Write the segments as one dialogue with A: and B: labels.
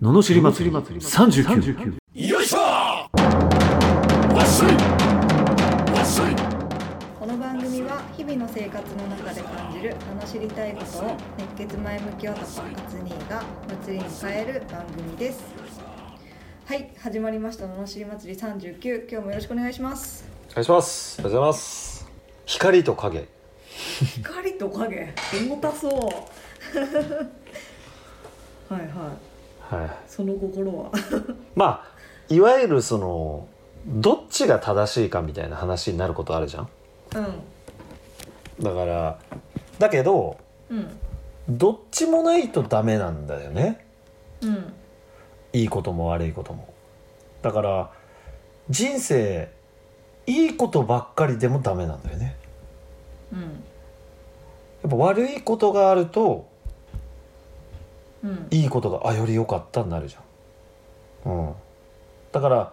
A: ののしり祭り39
B: よいしょわっしょいわっしょい
C: この番組は日々の生活の中で感じる楽しりたいことを熱血前向き男勝兄が祭りに変える番組ですはい始まりました「ののしり祭り39」今日もよろしくお願いします
D: お願いします。おはようございます。光と影。
C: 光と影重たそう はいはい
D: はい。
C: その心は
D: まあ、いわゆるその、どっちが正しいかみたいな話になることあるじゃん。
C: う
D: だから、だけど、
C: んうん
D: どっちもないとダメなんだよね。
C: うん
D: いいことも悪いことも。だから、人生、いいことばっかりでもダメなんだよね。
C: うん
D: やっぱ悪いことがあると、
C: うん
D: いいことがあより良かったになるじゃん、うん、だから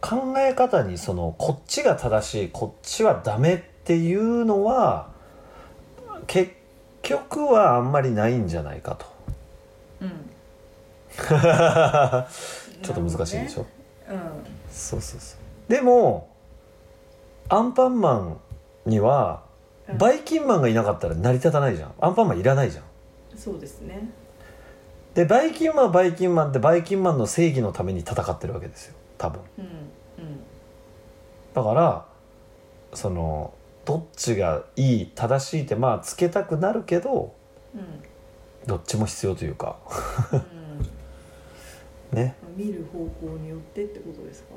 D: 考え方にそのこっちが正しいこっちはダメっていうのは結局はあんまりないんじゃないか と
C: うん
D: ちょっと難しいでしょ、
C: うん
D: そうそうそうでもアンパンマンには
C: うん
D: バイキンマンがいなかったら成り立たないじゃんアンパンマンいらないじゃん
C: そうですね
D: でバイキンマンはバイキンマンってバイキンマンの正義のために戦ってるわけですよ多分
C: うん
D: だからそのどっちがいい正しいってまあつけたくなるけど
C: うん
D: どっちも必要というか
C: うん、 うん
D: ね
C: 見る方向によってってことですか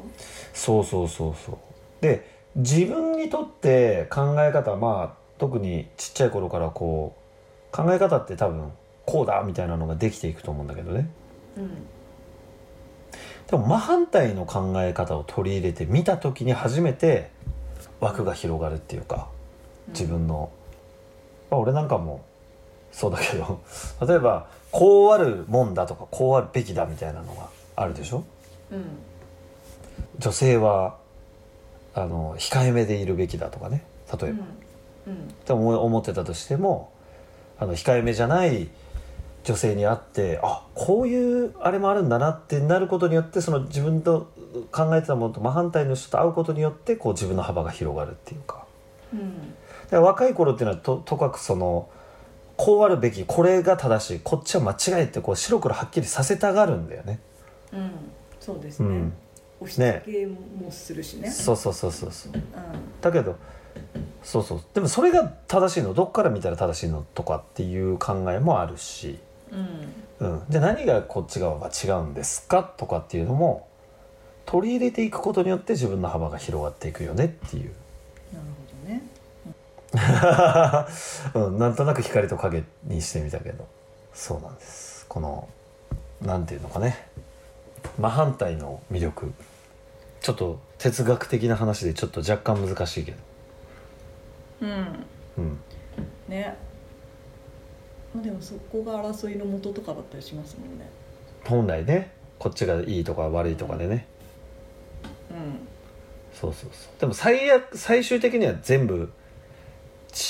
D: そうそうそうそうで自分にとって考え方まあ特にちっちゃい頃からこう考え方って多分こうだみたいなのができていくと思うんだけどね
C: うん
D: でも真反対の考え方を取り入れて見た時に初めて枠が広がるっていうか自分の、まあ、俺なんかもそうだけど 例えばこうあるもんだとかこうあるべきだみたいなのがあるでしょ
C: うん
D: 女性はあの控えめでいるべきだとかね例えば、
C: うん
D: って思い思ってたとしてもあの控えめじゃない女性に会ってあこういうあれもあるんだなってなることによってその自分と考えてたものと真反対の人と会うことによってこう自分の幅が広がるっていうか。
C: うん
D: だから若い頃っていうのはととかくそのこうあるべきこれが正しいこっちは間違えってこう白黒はっきりさせたがるんだよね。
C: うんそうです
D: う
C: ね、
D: ん、
C: 押し付けもするしね
D: そうそうそうそうそう
C: う
D: だけどそうそうでもそれが正しいのどっから見たら正しいのとかっていう考えもあるし、
C: んうん
D: うん、じゃあ何がこっち側が違うんですかとかっていうのも取り入れていくことによって自分の幅が広がっていくよねっていう、
C: なるほど
D: う
C: ね
D: ん、なんとなく光と影にしてみたけどそうなんですこのなんていうのかね真反対の魅力ちょっと哲学的な話でちょっと若干難しいけど、
C: うん
D: うん、
C: ねまあでもそこが争いの元とかだったりしますもんね
D: 本来ねこっちがいいとか悪いとかでね
C: うん
D: そうそうそうでも最悪最終的には全部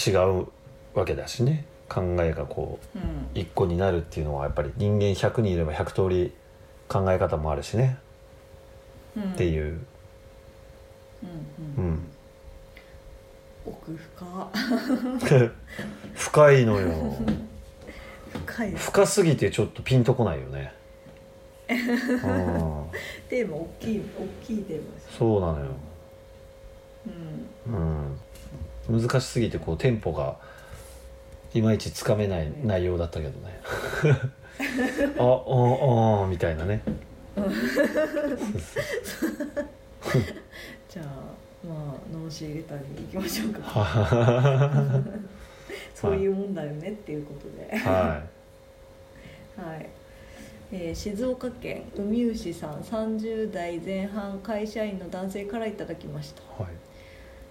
D: 違うわけだしね考えがこう
C: うん
D: 一個になるっていうのはやっぱり人間100人いれば100通り考え方もあるしね
C: うん
D: っていう、
C: うん
D: う
C: うん
D: ん、
C: 奥深
D: 深いのよ
C: 深い
D: 深すぎてちょっとピンとこないよねうん
C: テーマ大きい大きいテーマです
D: そうなのよ
C: う
D: う
C: ん
D: ん、難しすぎてこうテンポがいまいちつかめない内容だったけどね あおおみたいなね
C: じゃあまあ脳死入れたり行きましょうか
D: は
C: そういうもんだよねっていうことで
D: いは
C: はい、えー静岡県海牛さん30代前半会社員の男性からいただきました、
D: い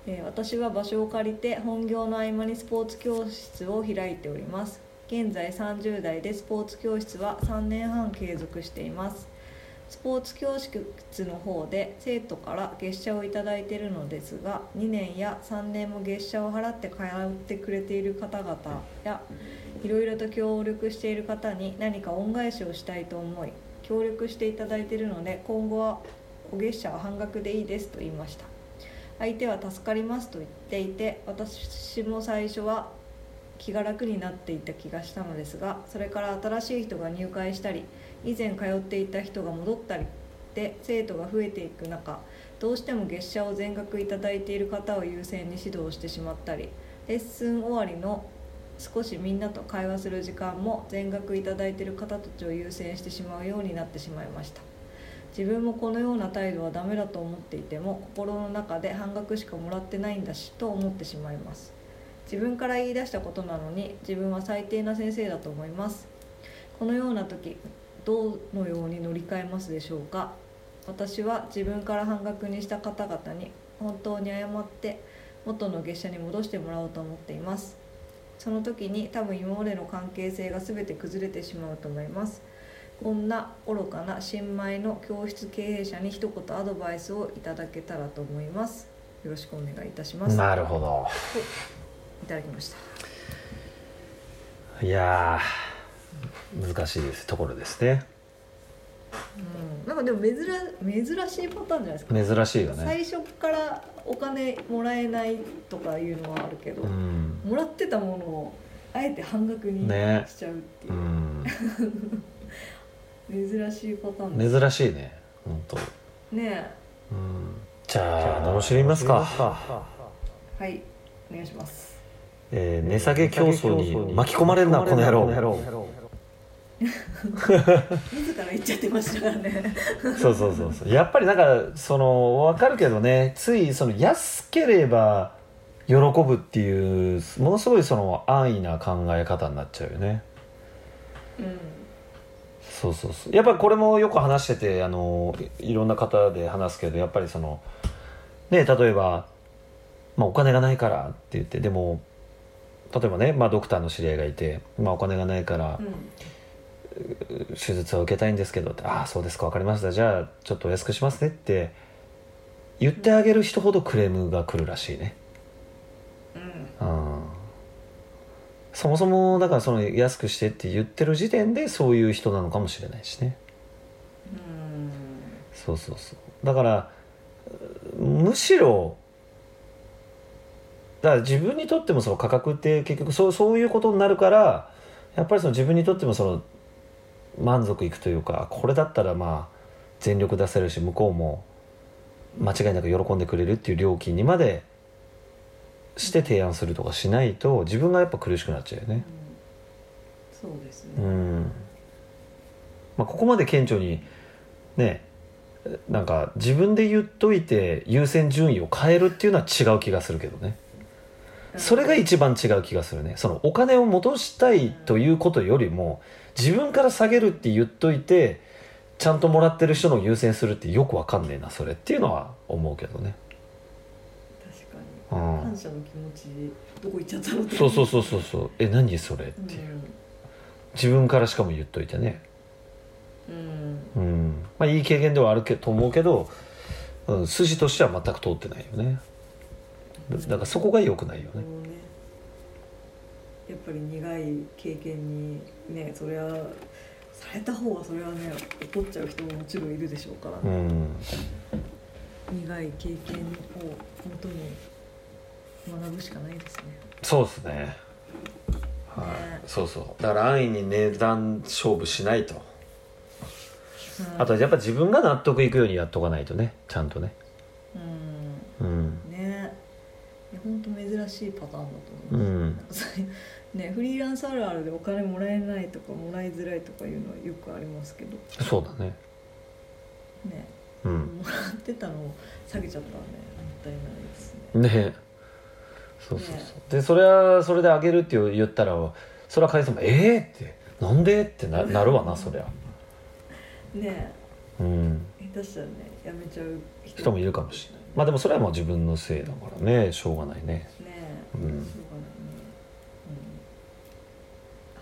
C: えー私は場所を借りて本業の合間にスポーツ教室を開いております現在30代でスポーツ教室は3年半継続していますスポーツ教室の方で生徒から月謝をいただいているのですが2年や3年も月謝を払って通ってくれている方々やいろいろと協力している方に何か恩返しをしたいと思い協力していただいているので今後はお月謝は半額でいいですと言いました相手は助かりますと言っていて私も最初は気が楽になっていた気がしたのですがそれから新しい人が入会したり以前通っていた人が戻ったりで生徒が増えていく中どうしても月謝を全額いただいている方を優先に指導してしまったりレッスン終わりの少しみんなと会話する時間も全額いただいている方たちを優先してしまうようになってしまいました自分もこのような態度はダメだと思っていても心の中で半額しかもらってないんだしと思ってしまいます自分から言い出したことなのに自分は最低な先生だと思いますこのような時どのように乗り換えますでしょうか私は自分から半額にした方々に本当に謝って元の月謝に戻してもらおうと思っていますその時に多分今までの関係性が全て崩れてしまうと思いますこんな愚かな新米の教室経営者に一言アドバイスをいただけたらと思いますよろしくお願いいたします
D: なるほど
C: いただきました
D: いやー難しいですところですね
C: うんなんかでも珍珍しいパターンじゃないですか、
D: 珍しいよね
C: 最初からお金もらえないとかいうのはあるけど、
D: うん
C: もらってたものをあえて半額に
D: ね
C: しちゃうっていう
D: う、ん
C: 珍しいパターンです
D: 珍しいね本当。
C: ね
D: うんじゃあ罵りますか、
C: えはいお願いします
D: えー値下げ競争に巻き込まれるなこの野郎
C: 自ら言っちゃってましたからね
D: そうそうそうそうやっぱりなんかその分かるけどねついその安ければ喜ぶっていうものすごいその安易な考え方になっちゃうよね
C: うん
D: そうそうそうやっぱりこれもよく話しててあのいいろんな方で話すけどやっぱりそのね例えば、まあ、お金がないからって言ってでも例えばね、まあ、ドクターの知り合いがいて、まあ、お金がないから手術を受けたいんですけどって「ああそうですか分かりましたじゃあちょっとお安くしますね」って言ってあげる人ほどクレームが来るらしいね。
C: う
D: う
C: ん
D: んそもそもだからその安くしてって言ってる時点でそういう人なのかもしれないしね。
C: うん
D: そうそうそうだからうむしろだから自分にとってもその価格って結局そうそういうことになるからやっぱりその自分にとってもその満足いくというかこれだったらまあ全力出せるし向こうも間違いなく喜んでくれるっていう料金にまでして提案するとかしないと自分がやっぱ苦しくなっちゃうよね。
C: そうです
D: う
C: ね、
D: んまあ、ここまで顕著にねなんか自分で言っといて優先順位を変えるっていうのは違う気がするけどねそれが一番違う気がするねそのお金を戻したいということよりも自分から下げるって言っといてちゃんともらってる人のを優先するってよくわかんねえなそれっていうのは思うけどね、
C: 確か
D: う
C: に感
D: ん、
C: 謝の気持ちどこ行っちゃったのって
D: そうそうそうそうそうえ何それっていう自分からしかも言っといてね
C: うん、うん
D: うんまあ、いい経験ではあるけと思うけど、うん、筋としては全く通ってないよねだだからそこが良くないよ
C: この
D: ね
C: ねやっぱり苦い経験にねそれはされた方はそれはね怒っちゃう人ももちろんいるでしょうから、
D: うん
C: 苦い経験を本当に学ぶしかないですね
D: そうですねはいそうそうだから安易に値段勝負しないとあとやっぱ自分が納得いくようにやっとかないとねちゃんとね
C: うん
D: うん
C: ねいや本当珍しいパターンだと
D: う
C: 思いま
D: ん
C: す、そういう ねフリーランスあるあるでお金もらえないとかもらいづらいとかいうのはよくありますけど
D: そうだね
C: ね
D: うん
C: もらってたのを下げちゃったらねもったいないですね
D: ねそうそうそうでそれはそれであげるって言ったらそれは返すも「えっ!」って「なんで?」ってななるわなそりゃ
C: ね
D: うん
C: 下手したらねやめちゃう人
D: 人もいるかもしれないまあでもそれはもう自分のせいだからねしょうがないね
C: ねえ、
D: うん
C: しょうがないね、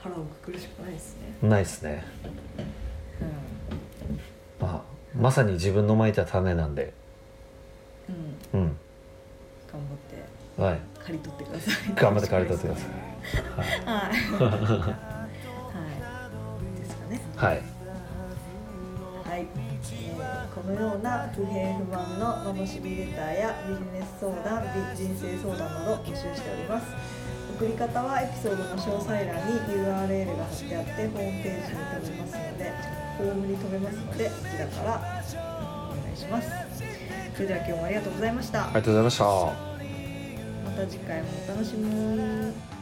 C: うん、腹をくくるしかないですね、
D: ないですね、
C: う
D: まあ、まさに自分のまいた種なんで
C: んうん、
D: うん
C: 頑
D: は
C: 張って
D: い
C: 刈り取ってください
D: 頑張って借り取ってくださ
C: い はい、はい、ですかね
D: いはい
C: い、えーこのような不平不満の罵りレターやビジネス相談人生相談など募集しております送り方はエピソードの詳細欄に URL が貼ってあってホームページに飛べますのでホームに飛べますのでこちらからお願いしますそれでは今日もありがとうございました
D: ありがとうございました
C: また次回もお楽しみに